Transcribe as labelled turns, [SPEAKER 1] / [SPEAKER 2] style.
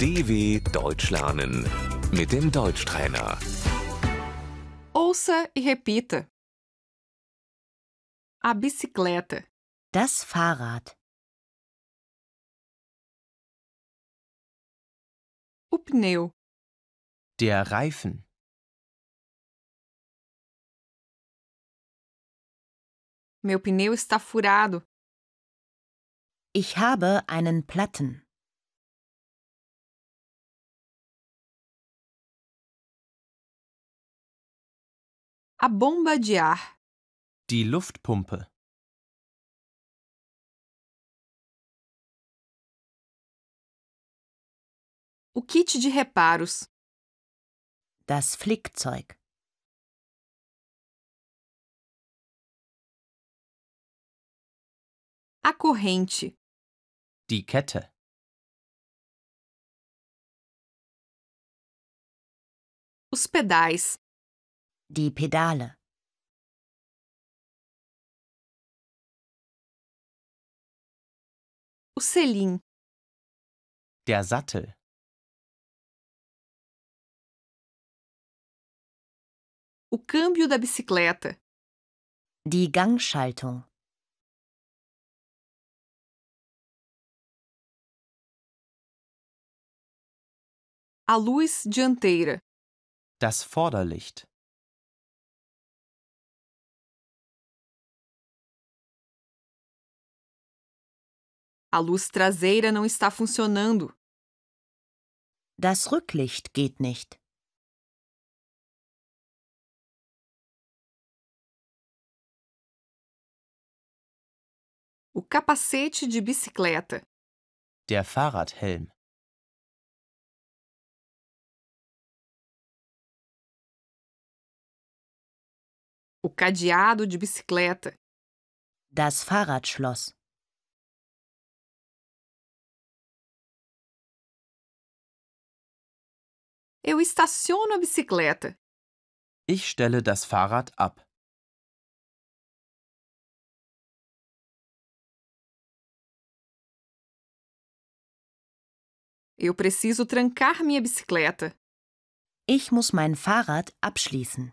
[SPEAKER 1] DW Deutsch lernen mit dem Deutschtrainer.
[SPEAKER 2] Ouça e repita. A bicicleta,
[SPEAKER 3] Das Fahrrad,
[SPEAKER 2] o pneu,
[SPEAKER 4] Der Reifen,
[SPEAKER 2] meu pneu está furado,
[SPEAKER 3] ich habe einen Platten,
[SPEAKER 2] a bomba de ar,
[SPEAKER 4] die Luftpumpe,
[SPEAKER 2] o kit de reparos,
[SPEAKER 3] das Flickzeug,
[SPEAKER 2] a corrente,
[SPEAKER 4] die Kette,
[SPEAKER 2] os pedais,
[SPEAKER 3] die Pedale,
[SPEAKER 2] o selim,
[SPEAKER 4] der Sattel,
[SPEAKER 2] o câmbio da bicicleta,
[SPEAKER 3] die Gangschaltung,
[SPEAKER 2] a luz dianteira,
[SPEAKER 4] das Vorderlicht,
[SPEAKER 2] a luz traseira não está funcionando,
[SPEAKER 3] das Rücklicht geht nicht,
[SPEAKER 2] o capacete de bicicleta,
[SPEAKER 4] der Fahrradhelm.
[SPEAKER 2] o cadeado de bicicleta,
[SPEAKER 3] das Fahrradschloss,
[SPEAKER 2] eu estaciono a bicicleta,
[SPEAKER 4] Ich stelle das Fahrrad ab.
[SPEAKER 2] eu preciso trancar minha bicicleta.
[SPEAKER 3] ich muss mein Fahrrad abschließen.